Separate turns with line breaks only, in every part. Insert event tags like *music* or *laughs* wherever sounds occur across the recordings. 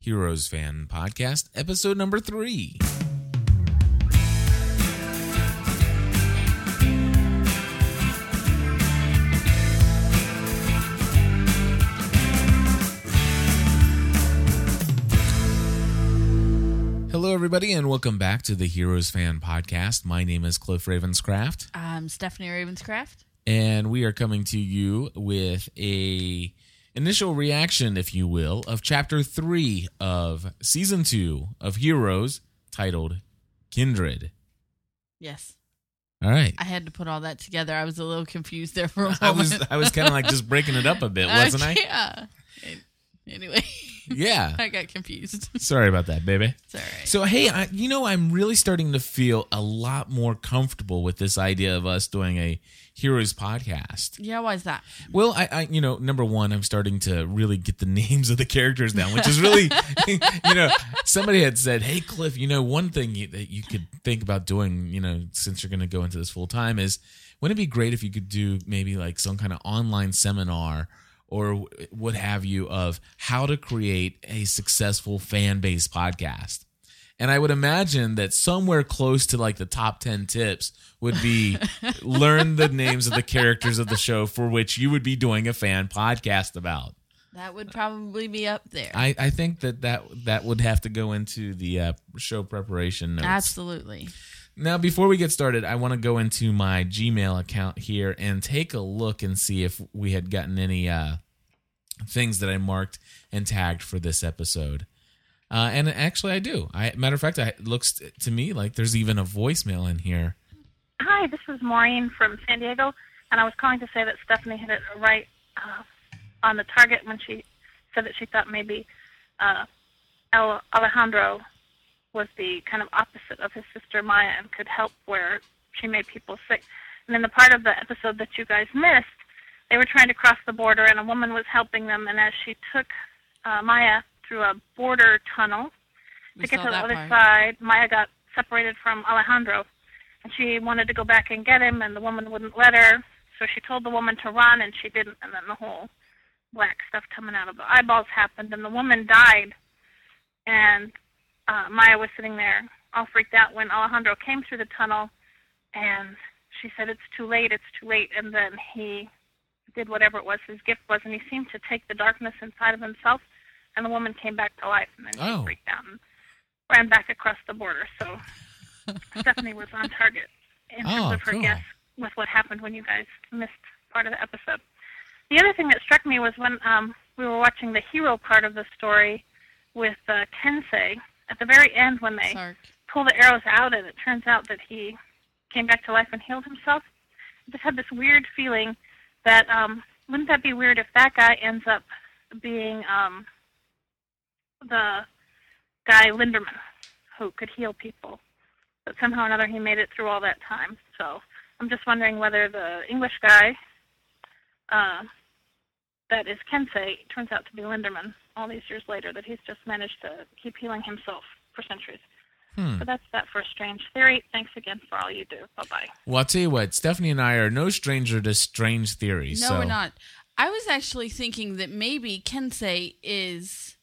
Heroes Fan Podcast, episode number three. Hello, everybody, and welcome back to the Heroes Fan Podcast. My name is Cliff Ravenscraft.
Um, Stephanie Ravenscraft.
and we are coming to you with a initial reaction if you will of chapter 3 of season 2 of heroes titled kindred
Yes,
all
*laughs*
right
I had to put all that together. I was a little confused there for a moment.
i was i was kind of like
*laughs*
just breaking it up a bit wasn't i
Yeah. Anyway, *laughs*
yeah
I got confused. *laughs*
sorry about that baby
It's all right.
so hey I, you know i'm really starting to feel a lot more comfortable with this idea of us doing a heroes podcast
yeah, why is that?
Well, I, I, you know, number one, I'm starting to really get the *laughs* names of the characters down, which is really, *laughs* you know, somebody had said, "Hey, Cliff, you know, one thing you, that you could think about doing, you know, since you're going to go into this full time, is wouldn't it be great if you could do maybe like some kind of online seminar or wh- what have you of how to create a successful fan based podcast?" And I would imagine that somewhere close to like the top 10 tips would be learn the names of the characters of the show for which you would be doing a fan podcast about.
That would probably be up there.
I, I think that, that that would have to go into the uh, show preparation notes.
Absolutely.
Now, before we get started, I want to go into my Gmail account here and take a look and see if we had gotten any uh, things that I marked and tagged for this episode. Uh, and actually, I do. I matter of fact, I, it looks to me like there's even a voicemail in here.
Hi, this is Maureen from San Diego, and I was calling to say that Stephanie hit it right uh, on the target when she said that she thought maybe uh, El- Alejandro was the kind of opposite of his sister Maya and could help where she made people sick. And in the part of the episode that you guys missed, they were trying to cross the border, and a woman was helping them. And as she took uh, Maya through a border tunnel,
We
to get
saw
to the
that
other
part.
side, Maya got separated from Alejandro, and she wanted to go back and get him, and the woman wouldn't let her. So she told the woman to run, and she didn't, and then the whole black stuff coming out of the eyeballs happened, and the woman died. And uh, Maya was sitting there all freaked out when Alejandro came through the tunnel, and she said, "It's too late, it's too late." And then he did whatever it was his gift was, and he seemed to take the darkness inside of himself, and the woman came back to life, and then he
Oh.
freaked out and ran back across the border. So
*laughs*
Stephanie was on target in terms
Oh,
of her
cool.
guess with what happened when you guys missed part of the episode. The other thing that struck me was when um, we were watching the hero part of the story with uh, Tensei. At the very end, when they
Sark.
pull the arrows out, and it turns out that he came back to life and healed himself. I just had this weird feeling that um, wouldn't that be weird if that guy ends up being um, the guy Linderman who could heal people, but somehow or another he made it through all that time. So I'm just wondering whether the English guy uh, that is Kensei turns out to be Linderman all these years later, that he's just managed to keep healing himself for centuries. So that's that for a strange theory. Thanks again for all you do. Bye bye.
Well, I'll tell you what, Stephanie and I are no stranger to strange
No,
theories. so.
we're not. I was actually thinking that maybe Kensei is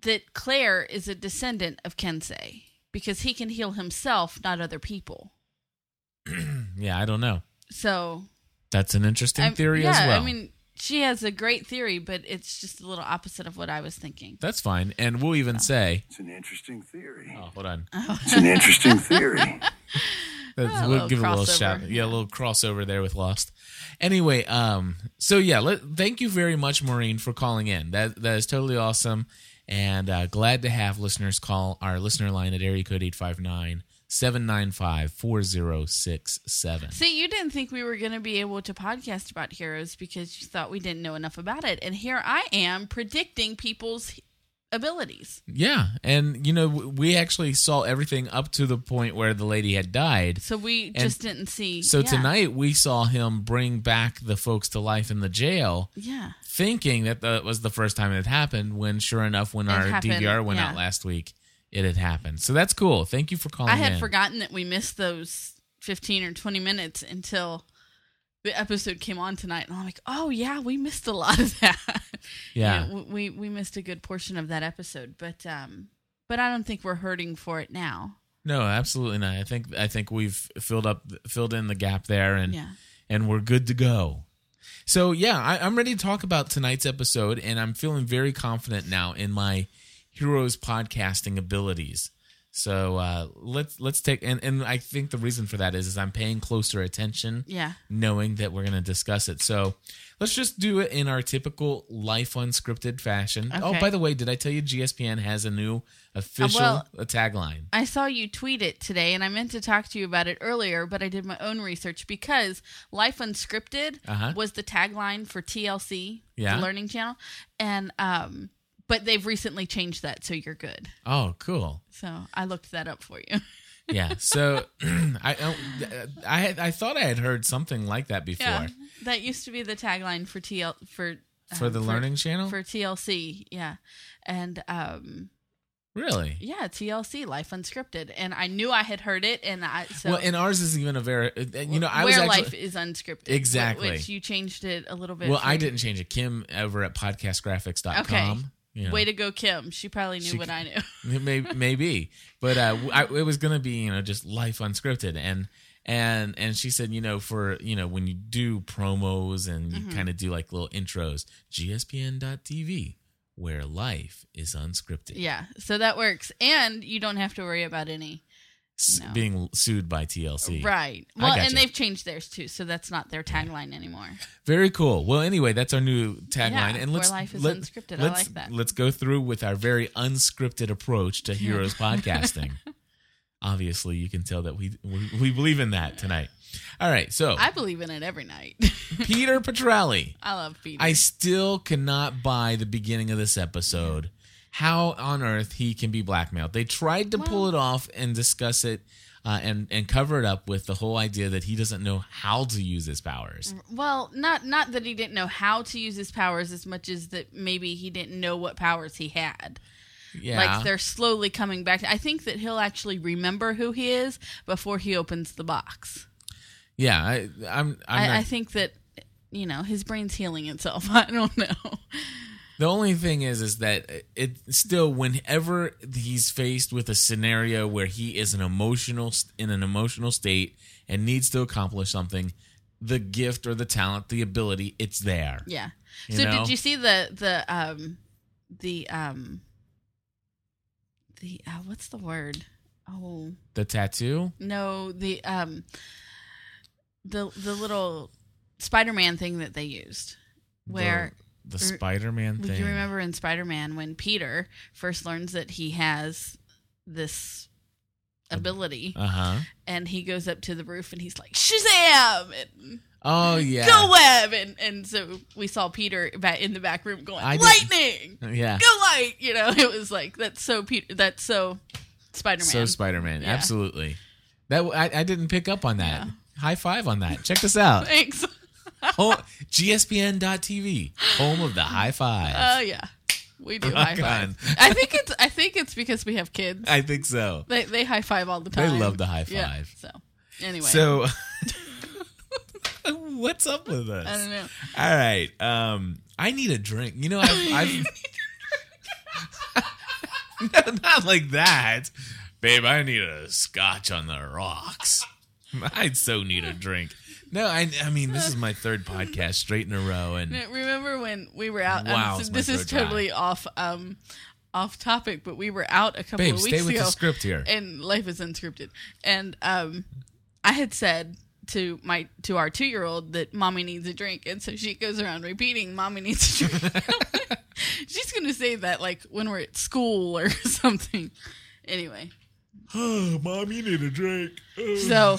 that Claire is a descendant of Kensei because he can heal himself, not other people.
Yeah, I don't know.
So
That's an interesting
I'm-
theory
yeah,
as well.
I mean, she has a great theory, but it's just a little opposite of what I was thinking.
that's fine. And we'll even say,
It's an interesting theory.
oh, hold on.
It's an interesting theory.
That's- we'll
A little
give a little
crossover.
shout. Yeah, a little crossover there with Lost. Anyway, um, so yeah, let, thank you very much, Maureen, for calling in. That that is totally awesome, and uh, glad to have listeners call our listener line at area code 859-795-4067.
See, you didn't think we were going to be able to podcast about heroes because you thought we didn't know enough about it, and here I am predicting people's abilities.
Yeah, and you know w- we actually saw everything up to the point where the lady had died.
So we just didn't see.
So
yeah,
tonight we saw him bring back the folks to life in the jail.
yeah,
thinking that that was the first time it happened when sure enough when
It
our
happened,
DVR went out
yeah.
last week it had happened. So that's cool. Oh, Thank you for calling
I had
in.
forgotten that we missed those fifteen or twenty minutes until the episode came on tonight, and I'm like, oh yeah, we missed a lot of that. *laughs*
Yeah.
You know, we we missed a good portion of that episode, but um, but I don't think we're hurting for it now.
No, absolutely not. I think I think we've filled up filled in the gap there, and
Yeah.
and we're good to go. So yeah, I, I'm ready to talk about tonight's episode, and I'm feeling very confident now in my heroes podcasting abilities. So uh, let's let's take and and I think the reason for that is is I'm paying closer attention,
Yeah.
knowing that we're going to discuss it. So let's just do it in our typical life unscripted fashion. Oh,
Okay.
by the way, did I tell you GSPN has a new official
well-
uh, tagline?
I saw you tweet it today, and I meant to talk to you about it earlier, but I did my own research because Life Unscripted
Uh-huh.
was the tagline for TLC,
Yeah.
the Learning Channel, and um, but they've recently changed that, so you're good.
Oh, cool.
So I looked that up for you. *laughs*
Yeah. So *clears throat* I don't- I had, I thought I had heard something like that before
that used to be the tagline for TL for uh,
for the Learning Channel.
for TLC, yeah, and um,
really?
yeah, TLC Life Unscripted, and I knew I had heard it, and I so
well, and ours is even a very uh, you know I
where
was actually
life is unscripted wh-
Exactly.
which you changed it a little bit
well I
from-
didn't change it. Kim over at podcastgraphics.com.
Okay.
You know,
way to go kim she probably knew
She- *laughs*
what i knew
maybe, maybe. but uh, I, it was gonna be you know just life unscripted and and and she said you know for you know when you do promos and you
Mhm.
kind of do like little intros gspn.tv where life is unscripted
yeah so that works and you don't have to worry about any
S-
No.
being sued by TLC
right
I
well
gotcha.
and they've chinged theirs too so that's not their tagline anymore
Very cool. Well, anyway, that's our new tagline,
Yeah,
and let's
where life is
let,
unscripted. I
Let's,
like that.
Let's go through with our very unscripted approach to
*laughs*
heroes podcasting. Obviously, you can tell that we we, we believe in that tonight. All right, so
i believe in it every night *laughs*
Peter Petrelli.
i love peter
I still cannot buy the beginning of this episode. How on earth he can be blackmailed? They tried to pull
Well-
it off and discuss it, uh, and and cover it up with the whole idea that he doesn't know how to use his
Mm,
powers.
well not not that he didn't know how to use his powers as much as that maybe he didn't know what powers he had
Yeah,
like they're slowly coming back i think that he'll actually remember who he is before he opens the box
Yeah, I, I'm. I'm
I,
not,
I think that you know his brain's healing itself. *laughs* I don't know.
the only thing is, is that it still whenever he's faced with a scenario where he is an emotional in an emotional state and needs to accomplish something, the gift or the talent, the ability, it's there.
Yeah.
You
so
know?
did you see the the um the um the uh, what's the word? Oh
The tattoo.
no, the um the the little Spider-Man thing that they used. Where
the, the
or-
Spider-Man
would
thing?
you remember in Spider-Man when Peter first learns that he has this ability
Uh huh.
and he goes up to the roof and he's like Shazam and
Oh yeah.
go web and and so we saw peter ba- in the back room going
I didn't-
lightning
Yeah.
go light you know *laughs* it was like that's so peter that's so spider-man
So Spider-Man,
Yeah.
absolutely. That I, I didn't pick up on that.
Yeah.
High five on that. Check this out.
*laughs* thanks
Home, GSPN.TV, home of the high five.
oh yeah we do
Rock
high five
on.
i think it's i think it's because we have kids
I think so.
they, they high five all the
They
time
love the high
Yeah,
five.
so anyway *laughs*
So *laughs* what's up with us?
i don't know
All right. Um I need a drink. You know, I've, I've *laughs* No,
*laughs*
not like that. Babe, I need a scotch on the rocks. I so need a drink. No, I I mean this is my third podcast straight in a row and
No, Remember when we were out? um,
Wow,
so
it's my
this is
throat dry.
totally off um, off topic, but we were out a couple
Babe,
of
stay
weeks
with
ago.
the script here.
and life is unscripted. And um, I had said to my to our two year old that mommy needs a drink, and so she goes around repeating, "Mommy needs a drink." *laughs* She's gonna say that like when we're at school or *laughs* something. Anyway,
Oh, *sighs* mom, you need a drink.
so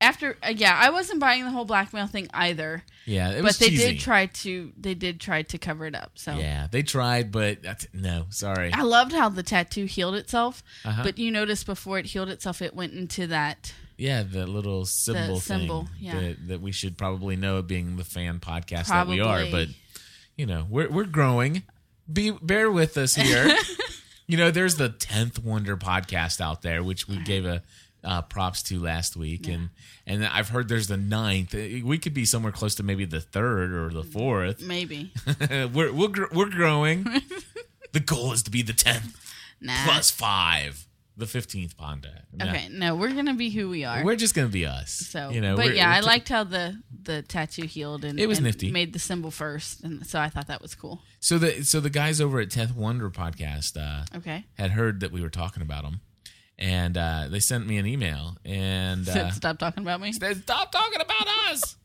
after uh, yeah, I wasn't buying the whole blackmail thing either,
yeah, it
but
was
they
cheesy.
did try to they did try to cover it up. So
Yeah, they tried, but that's, no, sorry.
I loved how the tattoo healed itself,
Uh-huh.
but you noticed before it healed itself, it went into that
Yeah, the little symbol
symbol,
thing
yeah.
that, that we should probably know being the fan podcast
probably
that we are. But you know, we're we're growing. Be bear
*laughs*
with us here. you know, there's the tenth Wonder podcast out there, which we gave a uh, props to last week, and and I've heard there's the ninth. Uh, We could be somewhere close to maybe the third or the fourth. *laughs*
Maybe.
we're we're gr- we're
*laughs*
growing. the goal is to be the tenth
Nah.
plus five, the fifteenth Ponda. No.
Okay, no, we're gonna be who we are.
we're just gonna be us.
so,
you know,
but
we're-
yeah,
we're
I
t-
liked how the the tattoo healed and
It was
and
nifty.
Made the symbol first, and so I thought that was cool.
So the so the guys over at Tenth Wonder podcast uh,
Okay,
had heard that we were talking about them, and uh, they sent me an email and
so
uh,
*laughs* stop talking about me.
said, "Stop talking about
*laughs*
us."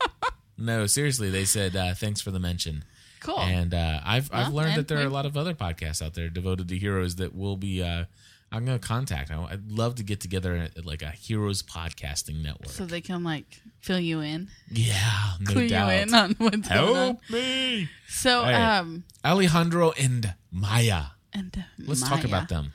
no, seriously, they said uh, thanks for the mention.
Cool.
And uh, I've I've
Oh. Well,
learned
and
that there are a
we-
lot of other podcasts out there devoted to heroes that will be. Uh, I'm going to contact. I- I'd love to get together at like a heroes podcasting network.
so they can like fill you in,
yeah, no
clue
doubt. Oh.
you in on what's going on.
Help me,
So,
Hey.
um,
Alejandro and Maya.
and uh,
Let's talk
Maya.
about them.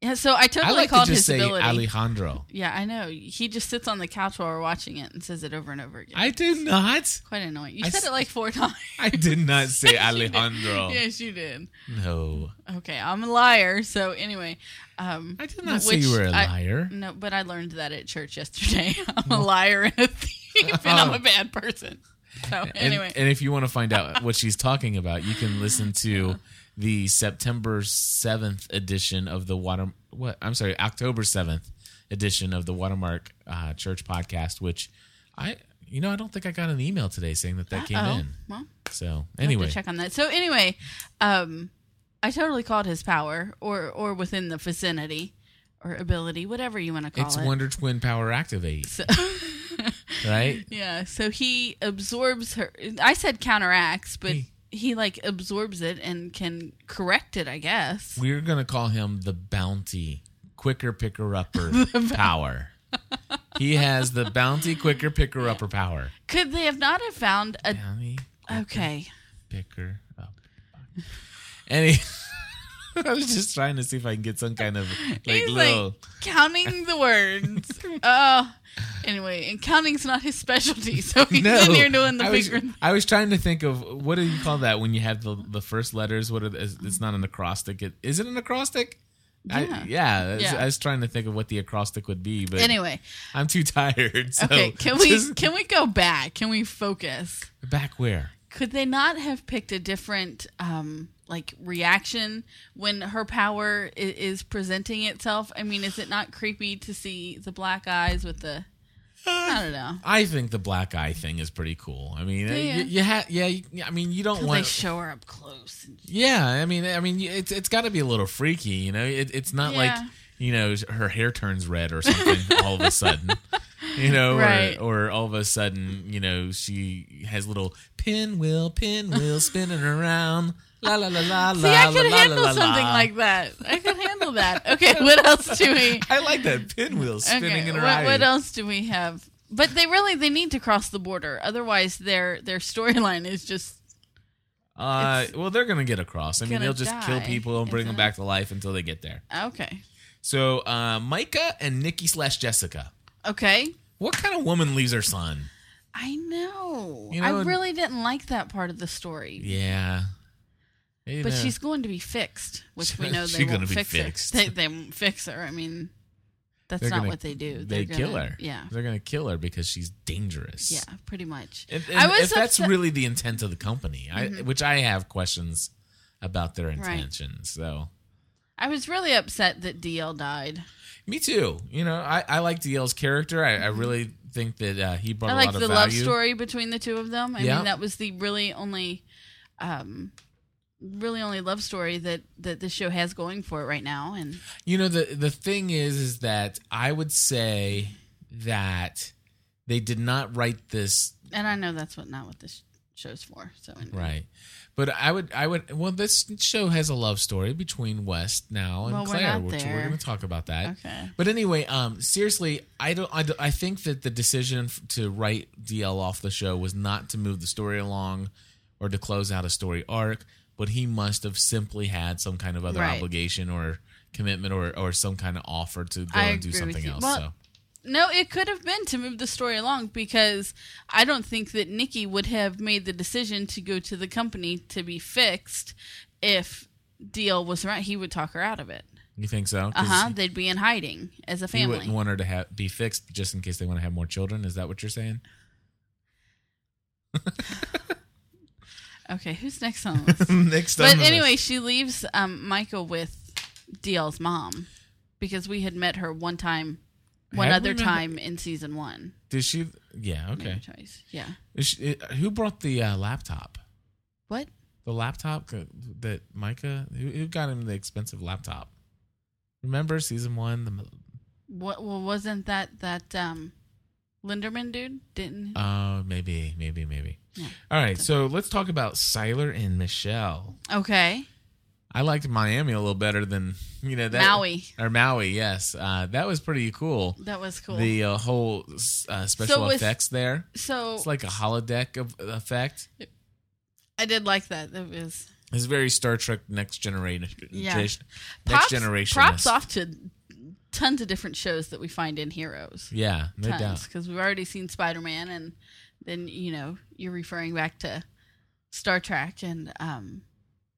Yeah, so I totally
I like to
called
just
his
say
ability.
Alejandro.
Yeah, I know. He just sits on the couch while we're watching it and says it over and over again.
I did not.
Quite annoying. You
I
said
s-
it like four *laughs* times.
I did
*laughs*
not say
Yes, you did.
Alejandro.
yes, you did.
No,
Okay, I'm a liar. So anyway, um,
I did not say you
which
were a
I- Mm,
liar.
no, but I learned that at church yesterday. *laughs* I'm a liar and a thief,
*laughs*
and I'm a bad person. So
Oh. And-
anyway,
and, if you want to find out what she's talking about, you can listen to the September seventh edition of the Water. What I'm sorry, October seventh edition of the Watermark uh, Church podcast. Which I, you know, I don't think I got an email today saying that that came
oh
in.
well,
So
I have
anyway,
to check on that. So anyway, um, I totally called his power, or or within the vicinity, or ability, whatever you want to call
it's
it.
Wonder Twin Power Activate,
So-
right?
Yeah, so he absorbs her. I said counteracts, but
He-
he, like absorbs it and can correct it, I guess.
We're gonna call him the bounty quicker picker upper power. He has the bounty quicker picker upper power.
Could they have not have found a
Bounty
okay?
picker up. Any *laughs* I was just trying to see if I can get some kind of like
He's
little
like counting the words.
*laughs*
uh, anyway, and counting's not his specialty, *laughs* so he's
*laughs* no.
in here doing the
I was,
bigger.
*laughs* I was trying to think of what do you call that when you have the the first letters? What are the, it's- it's not an acrostic? It, is it an acrostic? I,
Yeah.
yeah, I was-
Yeah.
I was trying to think of what the acrostic would be, but
Anyway,
I'm too tired. *laughs* So
okay, can we
Oh. just-
can we go back? Can we focus?
back where?
Could they not have picked a different um like reaction when her power is, is presenting itself? I mean, is it not creepy to see the black eyes with the I don't know.
I think the black eye thing is pretty cool. I mean,
yeah.
you, you ha- yeah, you, I mean, you don't
Till they
want
show her up close.
Yeah, I mean, I mean, it's it's got to be a little freaky, you know. It, it's not like
Yeah.
you know her hair turns red or
*laughs*
something all of a sudden, you know,
Right.
or or all of a sudden, you know, she has little pinwheel, pinwheel spinning around, la la la la
See,
la.
I could
la, la,
handle
la, la.
something like that. I could handle that. Okay, what else do we?
I like that pinwheel *laughs* spinning
Okay,
in her
what,
eyes.
what else do we have? But they really they need to cross the border. Otherwise, their their storyline is just
Uh, well, they're gonna get across. I mean,
gonna
they'll just kill
die,
people and bring them
isn't
back to life until they get there.
okay.
So, uh, Micah and Nikki slash Jessica.
Okay,
What kind of woman leaves her son?
I know.
You know,
I
and-
really didn't like that part of the story.
Yeah.
But she's going to be fixed,
*laughs*
which we know
She's
they won't
gonna be
fix
fixed.
her. They, they won't fix her. I mean, that's
They're
not
gonna-
what they do.
they
They're
kill
gonna-
her.
Yeah,
They're gonna kill her because she's dangerous.
yeah, pretty much.
If,
I was
if that's
upset- Mm-hmm.
really the intent of the company, I, which I have questions about their intentions. So,
I was really upset that DL died.
me too. You know, I, I like DL's character. I, I really think that uh, he brought
Mm-hmm. I
a
liked
lot of
the
value.
love story between the two of them. I
Yeah.
mean, that was the really only, um, really only love story that that the show has going for it right now. And
You know the the thing is is that I would say that they did not write this
and I know that's what not what this show's for. So anyway.
Right. But I would, I would. Well, this show has a love story between West now and
Well, we're
Claire,
not
which we're
there.
going to talk about that.
Okay.
But anyway, um, seriously, I don't, I don't- I think that the decision f- to write DL off the show was not to move the story along, or to close out a story arc. But he must have simply had some kind of other
Right.
obligation or commitment or or some kind of offer to go
I
and do
agree with
something
you.
else.
Well,
so
No, it could have been to move the story along because I don't think that Nikki would have made the decision to go to the company to be fixed if Deal was around. He would talk her out of it.
You think so? 'Cause
Uh huh. They'd be in hiding as a
You
family.
wouldn't want her to have be fixed just in case they want to have more children. Is that what you're saying?
Okay, who's next
*laughs*
on? the list?
Next
but
on the
anyway,
list.
she leaves um, Michael with DL's mom because we had met her one time, one
Had we
other
met her?
time in season one.
did she? Yeah.
Maybe
Okay.
twice. Yeah.
Is she, uh, who brought the uh, laptop?
What?
The laptop c- that Micah who, who got him the expensive laptop. Remember season one? The, m-
What? Well, wasn't that that um, Linderman dude? Didn't?
oh, maybe, maybe, maybe.
Yeah.
All right, so let's talk about Siler and Michelle.
okay.
I liked Miami a little better than you know that
Maui.
or Maui. Yes, uh, that was pretty cool.
That was cool.
The uh, whole s- uh, special
was-
effects there.
so
It's like a holodeck of effect.
I did like that. That was
It's very Star Trek Next Generation.
Yeah.
Next
props,
Generation.
Props off to tons of different shows that we find in Heroes.
Yeah, no
tons
doubt.
because we've already seen Spider Man, and then you know you're referring back to Star Trek, and um,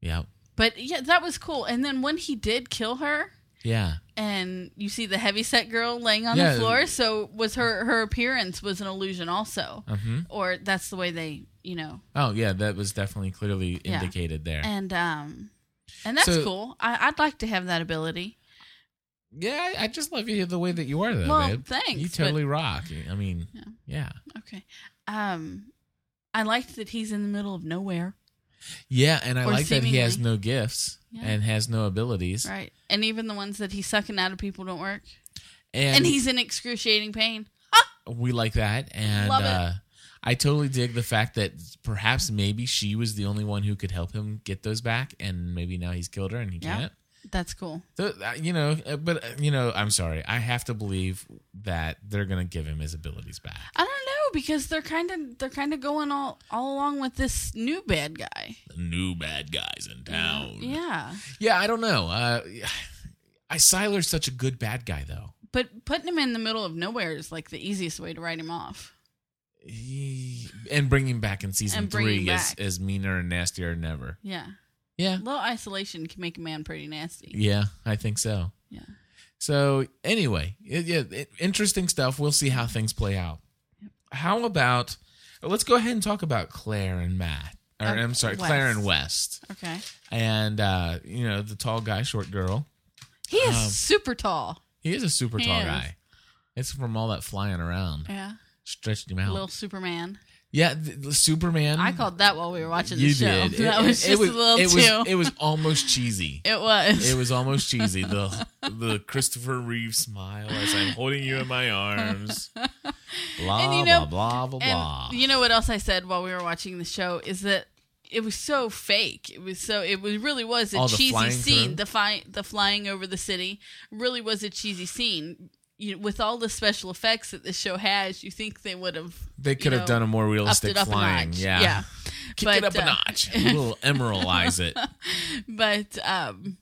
Yeah,
but yeah, that was cool. And then when he did kill her,
yeah.
and you see the heavyset girl laying on
Yeah.
the floor, so was her her appearance was an illusion also,
hmm
or that's the way they you know,
Oh yeah, that was definitely clearly
Yeah.
indicated there.
and um, and that's
So-
cool. I, I'd like to have that ability.
yeah, I I just love you the way that you are, though,
Well,
babe.
thanks,
You
but-
totally rock. I mean,
Yeah.
yeah.
Okay, um, I liked that he's in the middle of nowhere,
Yeah, and I
Or
like that he has
seemingly.
no gifts
Yeah.
and has no abilities.
right? And even the ones that he's sucking out of people don't work.
And,
and he's in excruciating pain.
we like that. And
Love it.
uh I totally dig the fact that perhaps maybe she was the only one who could help him get those back and maybe now he's killed her and he
Yeah.
can't.
That's cool.
So, uh, you know, uh, but uh, you know, I'm sorry. I have to believe that they're going to give him his abilities back.
I don't know because they're kind of they're kind of going all all along with this new bad guy.
The new bad guys in town.
Yeah,
Yeah, I don't know. Uh *sighs* I Siler's such a good bad guy though.
but putting him in the middle of nowhere is like the easiest way to write him off.
He, and bringing him back in season
And bring him
3 is,
back.
is meaner and nastier than ever.
Yeah,
Yeah.
low isolation can make a man pretty nasty.
Yeah, I think so.
Yeah.
So anyway, it, yeah, it, interesting stuff. We'll see how things play out. How about let's go ahead and talk about Claire and Matt, or
Um,
I'm sorry, Claire and
West.
West,
Okay,
and uh, you know the tall guy, short girl.
he is
Um,
super tall.
He is a super
He
tall
is.
guy. It's from all that flying around,
Yeah,
stretched him out.
little Superman.
yeah, the, the Superman.
I called that while we were watching the
You
show.
did.
*laughs* That
It-
was
it-
just
it
a little
it
too.
Was, it was almost cheesy.
it was.
It was almost cheesy.
*laughs*
The the Christopher Reeve smile as I'm holding you in my
*laughs*
arms. Blah
And you know-
blah blah blah blah.
And you know what else I said while we were watching the show is that it was so fake. It was so it was really was a
All the
cheesy
flying
scene.
through?
The fi- the flying over the city really was a cheesy scene. You, with all the special effects that this show has, you think they would have
they could
you
have
know,
done a more
upped
realistic
it up a
flying.
notch.
Yeah.
yeah.
Kick
But,
it up
uh,
a
*laughs*
notch. A little emeralize it.
But um,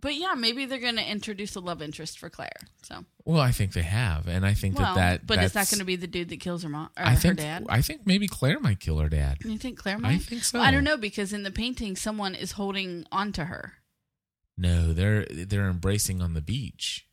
but yeah, maybe they're going to introduce a love interest for Claire. So
Well, I think they have, and I think
well,
that that.
but it's not
that's-
going to be the dude that kills her mom or
I think
her dad.
I think maybe Claire might kill her dad.
you think Claire might?
I think so.
I don't know because in the painting, someone is holding onto her.
No, they're they're embracing on the beach.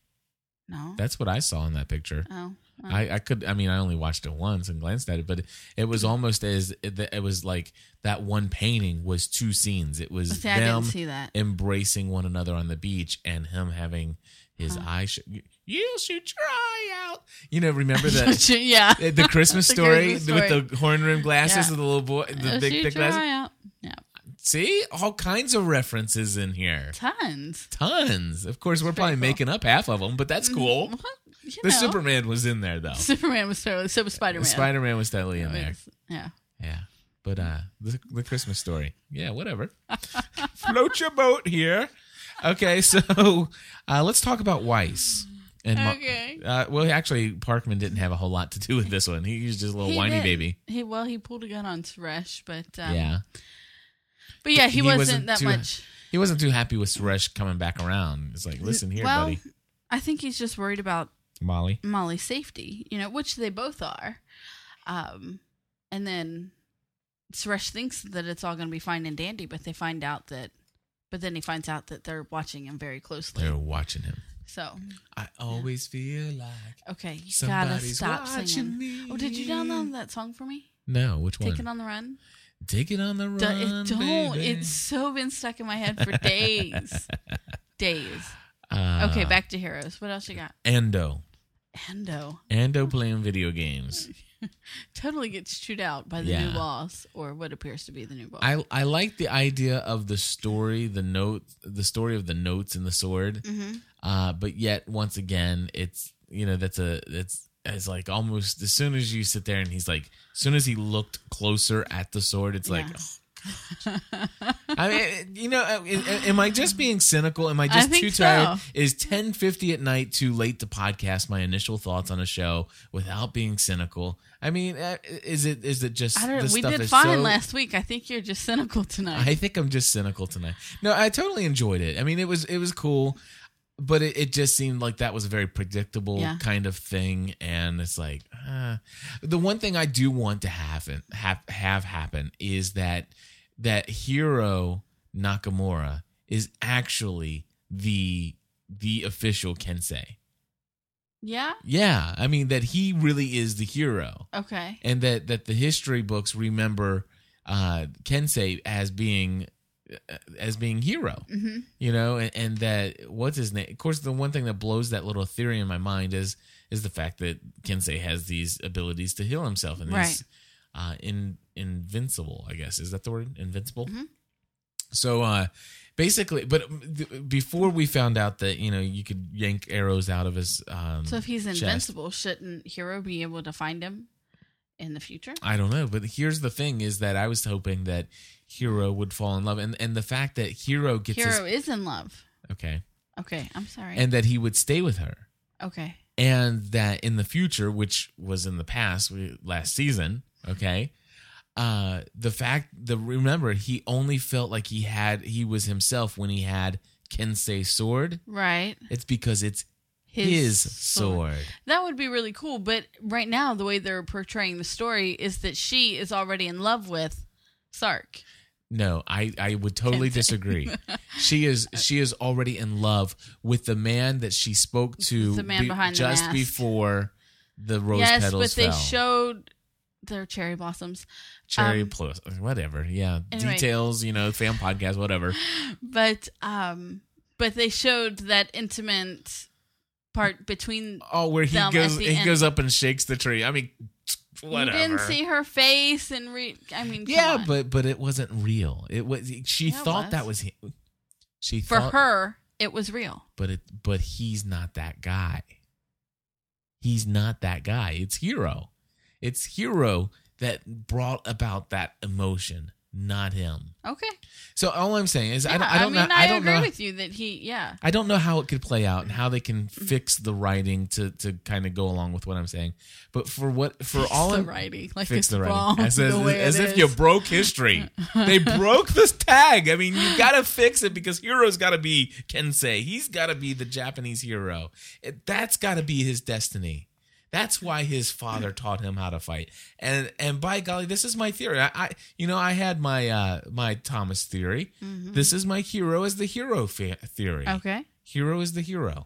No.
That's what I saw in that picture.
oh. well.
I, I could I mean I only watched it once and glanced at it, but it was almost as it, it was like that one painting was two scenes. It was
See, I
them
didn't see that.
embracing one another on the beach and him having his
Huh.
eye. Sh- you should try out. You know, remember *laughs*
*laughs*
that
yeah.
the, the Christmas
The
story
Christmas story.
with the horn rimmed glasses
Yeah.
of the little boy, the
Oh,
big
shoot
thick
your
glasses.
eye out. Yeah.
See, all kinds of references in here.
Tons.
Tons. Of course, we're probably
pretty cool.
making up half of them, but that's cool.
Well, you
The
Mm-hmm. know,
Superman was in there though.
*laughs* Superman was totally so was Spider Man.
Spider Man was totally in there.
Yeah.
Yeah. But uh the, the Christmas story. Yeah,
*laughs*
whatever. Float your boat here. Okay, so *laughs* uh let's talk about Weiss. And Ma-
Okay.
uh, well, actually, Parkman didn't have a whole lot to do with this one. He was just a little
He
whiny
did.
baby.
He well, he pulled a gun on Suresh, but um,
yeah,
But yeah, he,
He
wasn't,
wasn't
that
too-
much.
he wasn't too happy with Suresh coming back around. It's like, listen here,
well,
buddy,
I think he's just worried about
Molly.
Molly's safety, you know, which they both are. Um, and then Suresh thinks that it's all going to be fine and dandy, but they find out that But then he finds out that they're watching him very closely.
They're watching him.
So
I always feel like
okay, you
Somebody's
gotta stop
watching
singing.
me.
Oh, did you download that song for me?
no. Which one?
Take it on the run.
Take it on the
D- it-
run,
don't.
baby.
It's so been stuck in my head for
*laughs*
days. days.
Uh,
Okay, back to heroes. What else you got?
Ando.
Endo
Ando playing video games.
totally gets chewed out by the
Yeah.
new boss, or what appears to be the new boss.
I I like the idea of the story, the note, the story of the notes and the sword.
hmm
Uh, but yet once again, it's you know that's a that's it's like almost as soon as you sit there and he's like, as soon as he looked closer at the sword, it's like. *laughs*
Yeah.
I mean, you know, I- I- am I just being cynical? Am I just
think
too
so.
tired? Is ten fifty at night too late to podcast my initial thoughts on a show without being cynical? I mean, uh, is it is it just
I don't.
this
We
stuff
did
is
fine
so-
last week. I think you're just cynical tonight.
I think I'm just cynical tonight. No, I totally enjoyed it. I mean, it was it was cool, but it, it just seemed like that was a very predictable
Yeah.
kind of thing. And it's like uh, the one thing I do want to happen have have happen is that that hero Nakamura is actually the the official Kensei.
yeah.
Yeah, I mean that he really is the hero
Okay.
and that that the history books remember uh Kensei as being uh, as being hero,
hmm
you know, and, and that what's his name? Of course, the one thing that blows that little theory in my mind is is the fact that Kensei has these abilities to heal himself and
Right.
he's uh, in invincible. I guess is that the word invincible.
Mhm.
So uh, basically, but um, th- before we found out that you know you could yank arrows out of his, um,
So if he's
Chest.
invincible, shouldn't Hero be able to find him in the future?
I don't know, but here's the thing: is that I was hoping that Hero would fall in love, and and the fact that Hero gets his-
Hero is in love.
okay,
Okay, I'm sorry.
and that he would stay with her,
okay,
and that in the future, which was in the past we, last season, okay, uh, the fact the remember he only felt like he had he was himself when he had Kensei's sword.
right.
It's because it's his, sword.
That would be really cool. But right now, the way they're portraying the story is that she is already in love with Sark.
No, I, I would totally
Kensei. *laughs*
disagree. she is she is already in love with the man that she spoke to
The man behind the
just
mask.
before the rose
yes, but
petals
they um,
fell.
showed their cherry blossoms.
Cherry
um,
plus whatever. Yeah,
anyway.
details. You know, fan podcast. Whatever.
But um, but they showed that intimate part between.
Oh, where he
Them at
goes
the
he
end.
goes up and shakes the tree. I mean, whatever.
You didn't see her face and re. I mean, come
yeah,
on.
but but it wasn't real. It was she
Yeah, it
thought that was
was.
him. She
for
thought,
her, it was real.
but it but he's not that guy. He's not that guy. It's hero. It's hero that brought about that emotion, not him.
Okay.
So all I'm saying is I
Yeah,
don't, I don't
mean,
know.
I,
I don't
agree
know.
with you that he, yeah.
I don't know how it could play out and how they can
Mm-hmm.
fix the writing to to kind of go along with what I'm saying. But for what for all
the
I'm-
writing, like
fix
it's
the writing
wrong.
as,
*laughs*
as-
the way
as
it
if
is.
you broke history.
*laughs*
they broke this tag. I mean, you got to fix it because hero's got to be Kensei. He's got to be the Japanese hero. It- that's got to be his destiny. That's why his father taught him how to fight. And and by golly, this is my theory. I, I you know I had my uh my Thomas theory.
Mhm.
This is my hero is the hero fa- theory.
Okay.
Hero is the hero.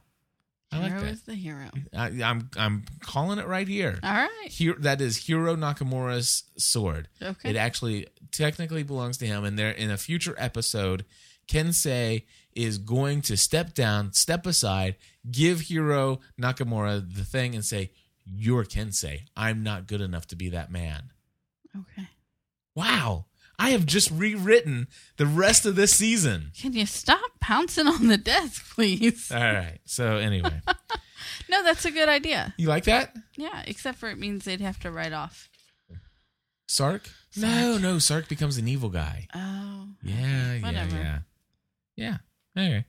I like
hero
that.
is the hero.
I, I'm I'm calling it right here.
All right.
Here, that is Hiro Nakamura's sword.
Okay.
It actually technically belongs to him. And there, in a future episode, Kensei is going to step down, step aside, give Hiro Nakamura the thing, and say, "You're Kensei. I'm not good enough to be that man."
okay.
Wow, I have just rewritten the rest of this season.
Can you stop pouncing on the desk, *laughs* please?
All right. So *laughs* anyway,
No, that's a good idea.
you like that,
Yeah, except for it means they'd have to write off.
Sark? No, no, Sark becomes an evil guy.
Oh.
Yeah, yeah,
Whatever.
yeah. Yeah. Okay.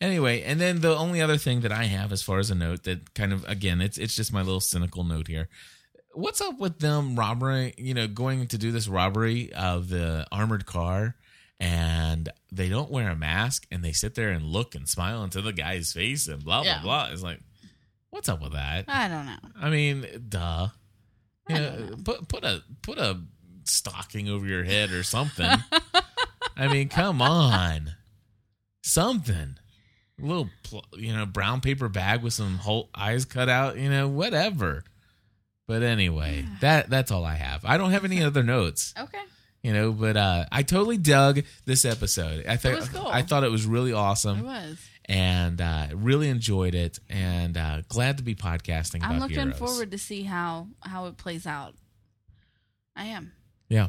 Anyway, and then the only other thing that I have as far as a note that kind of again, it's it's just my little cynical note here. What's up with them robbery, you know, going to do this robbery of the armored car and they don't wear a mask and they sit there and look and smile into the guy's face and blah blah
Yeah.
blah. It's like what's up with that?
I don't know.
I mean, duh. You
I
know,
don't know.
put put a put a
*laughs*
stocking over your head or something. I mean, come on. something. A little, pl- you know, brown paper bag with some whole eyes cut out, you know, whatever. But anyway, that that's all I have. I don't have any other notes,
Okay.
you know. But uh, I totally dug this episode. I
It
thought
was cool.
I thought it was really awesome
It was.
and uh, really enjoyed it. And uh, glad to uh, be podcasting. About
I'm looking
heroes.
forward to see how how it plays out. I am.
Yeah.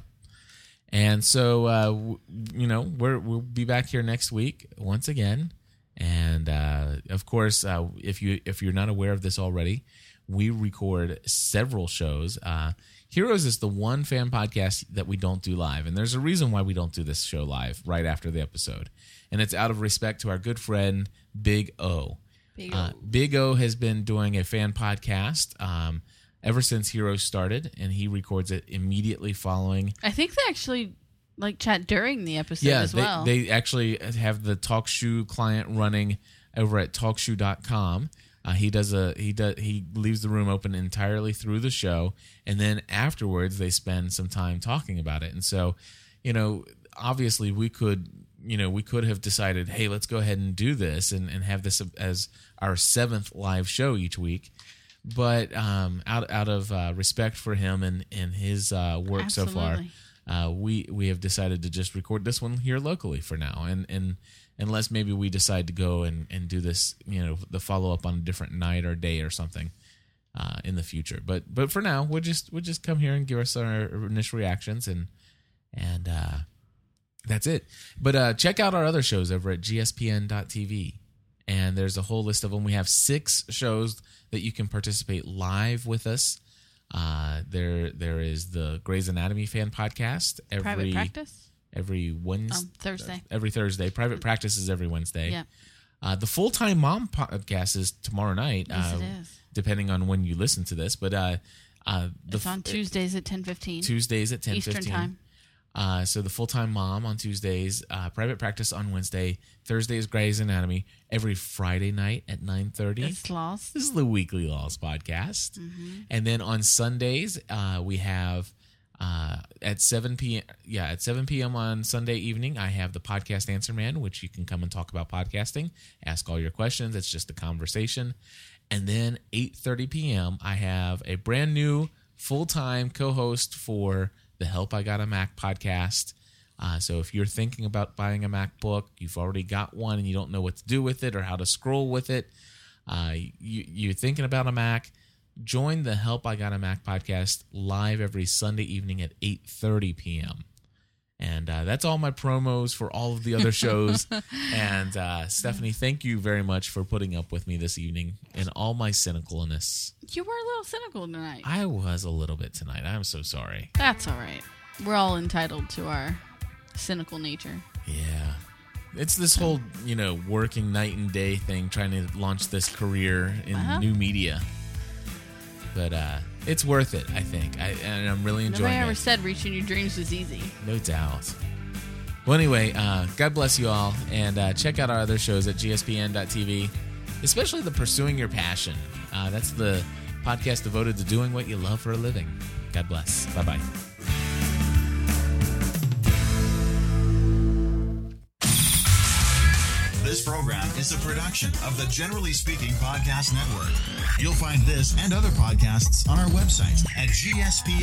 And so, uh, w- you know, we're, we'll be back here next week once again. And uh, of course, uh, if you if you're not aware of this already, we record several shows. Uh, Heroes is the one fan podcast that we don't do live, and there's a reason why we don't do this show live right after the episode, and it's out of respect to our good friend Big O.
Big
Uh,
O.
Big O has been doing a fan podcast um, ever since Heroes started, and he records it immediately following.
I think they actually like chat during the episode
yeah,
as
they,
well.
they actually have the TalkShoe client running over at TalkShoe.com. Uh, he does a he does he leaves the room open entirely through the show, and then afterwards they spend some time talking about it. And so, you know, obviously we could you know we could have decided, hey, let's go ahead and do this and and have this as our seventh live show each week. But um, out out of uh, respect for him and and his uh, work so far,
Absolutely.
uh, we we have decided to just record this one here locally for now, and and unless maybe we decide to go and and do this, you know, the follow up on a different night or day or something uh, in the future. But but for now, we'll just we'll just come here and give us our initial reactions and and uh, that's it. But uh, check out our other shows over at gspn.tv. And there's a whole list of them. We have six shows that you can participate live with us. Uh, there, there is the Grey's Anatomy fan podcast
private
every
practice
every Wednesday,
Um, Thursday.
every Thursday. Private practice is every Wednesday.
Yeah.
Uh, the full time mom podcast is tomorrow night.
Yes,
uh,
it is.
Depending on when you listen to this, but uh, uh, the
It's on
f-
Tuesdays at ten fifteen
Tuesdays at ten
Eastern
fifteen.
time.
Uh, so the full time mom on Tuesdays, uh, private practice on Wednesday. Thursday is Grey's Anatomy. Every Friday night at nine thirty.
It's lost.
This is the Weekly Laws podcast. And then on Sundays, uh, we have uh, at 7 p.m. Yeah, at 7 p.m. on Sunday evening, I have the podcast Answer Man, which you can come and talk about podcasting, ask all your questions. It's just a conversation. And then 8:30 p.m., I have a brand new full-time co-host for the Help I Got a Mac podcast. Uh, so if you're thinking about buying a MacBook, you've already got one and you don't know what to do with it or how to scroll with it, uh, you, you're thinking about a Mac, join the Help I Got a Mac podcast live every Sunday evening at 8.30 p.m. And uh, that's all my promos for all of the other shows. and uh, Stephanie, thank you very much for putting up with me this evening and all my cynicalness.
You were a little cynical tonight.
I was a little bit tonight. I'm so sorry.
That's all right. We're all entitled to our cynical nature.
Yeah. It's this whole, you know, working night and day thing, trying to launch this career in
Uh-huh.
new media. But uh, it's worth it, I think. I, and I'm really enjoying
Nobody ever
it.
said reaching your dreams was easy.
no doubt. Well, anyway, uh, God bless you all. And uh, check out our other shows at gspn.tv, especially the Pursuing Your Passion. Uh, that's the podcast devoted to doing what you love for a living. God bless. Bye bye.
This program is a production of the Generally Speaking Podcast Network. You'll find this and other podcasts on our website at gspn.tv.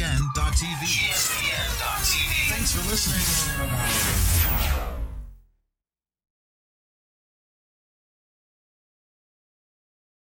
gspn.tv. Thanks for listening.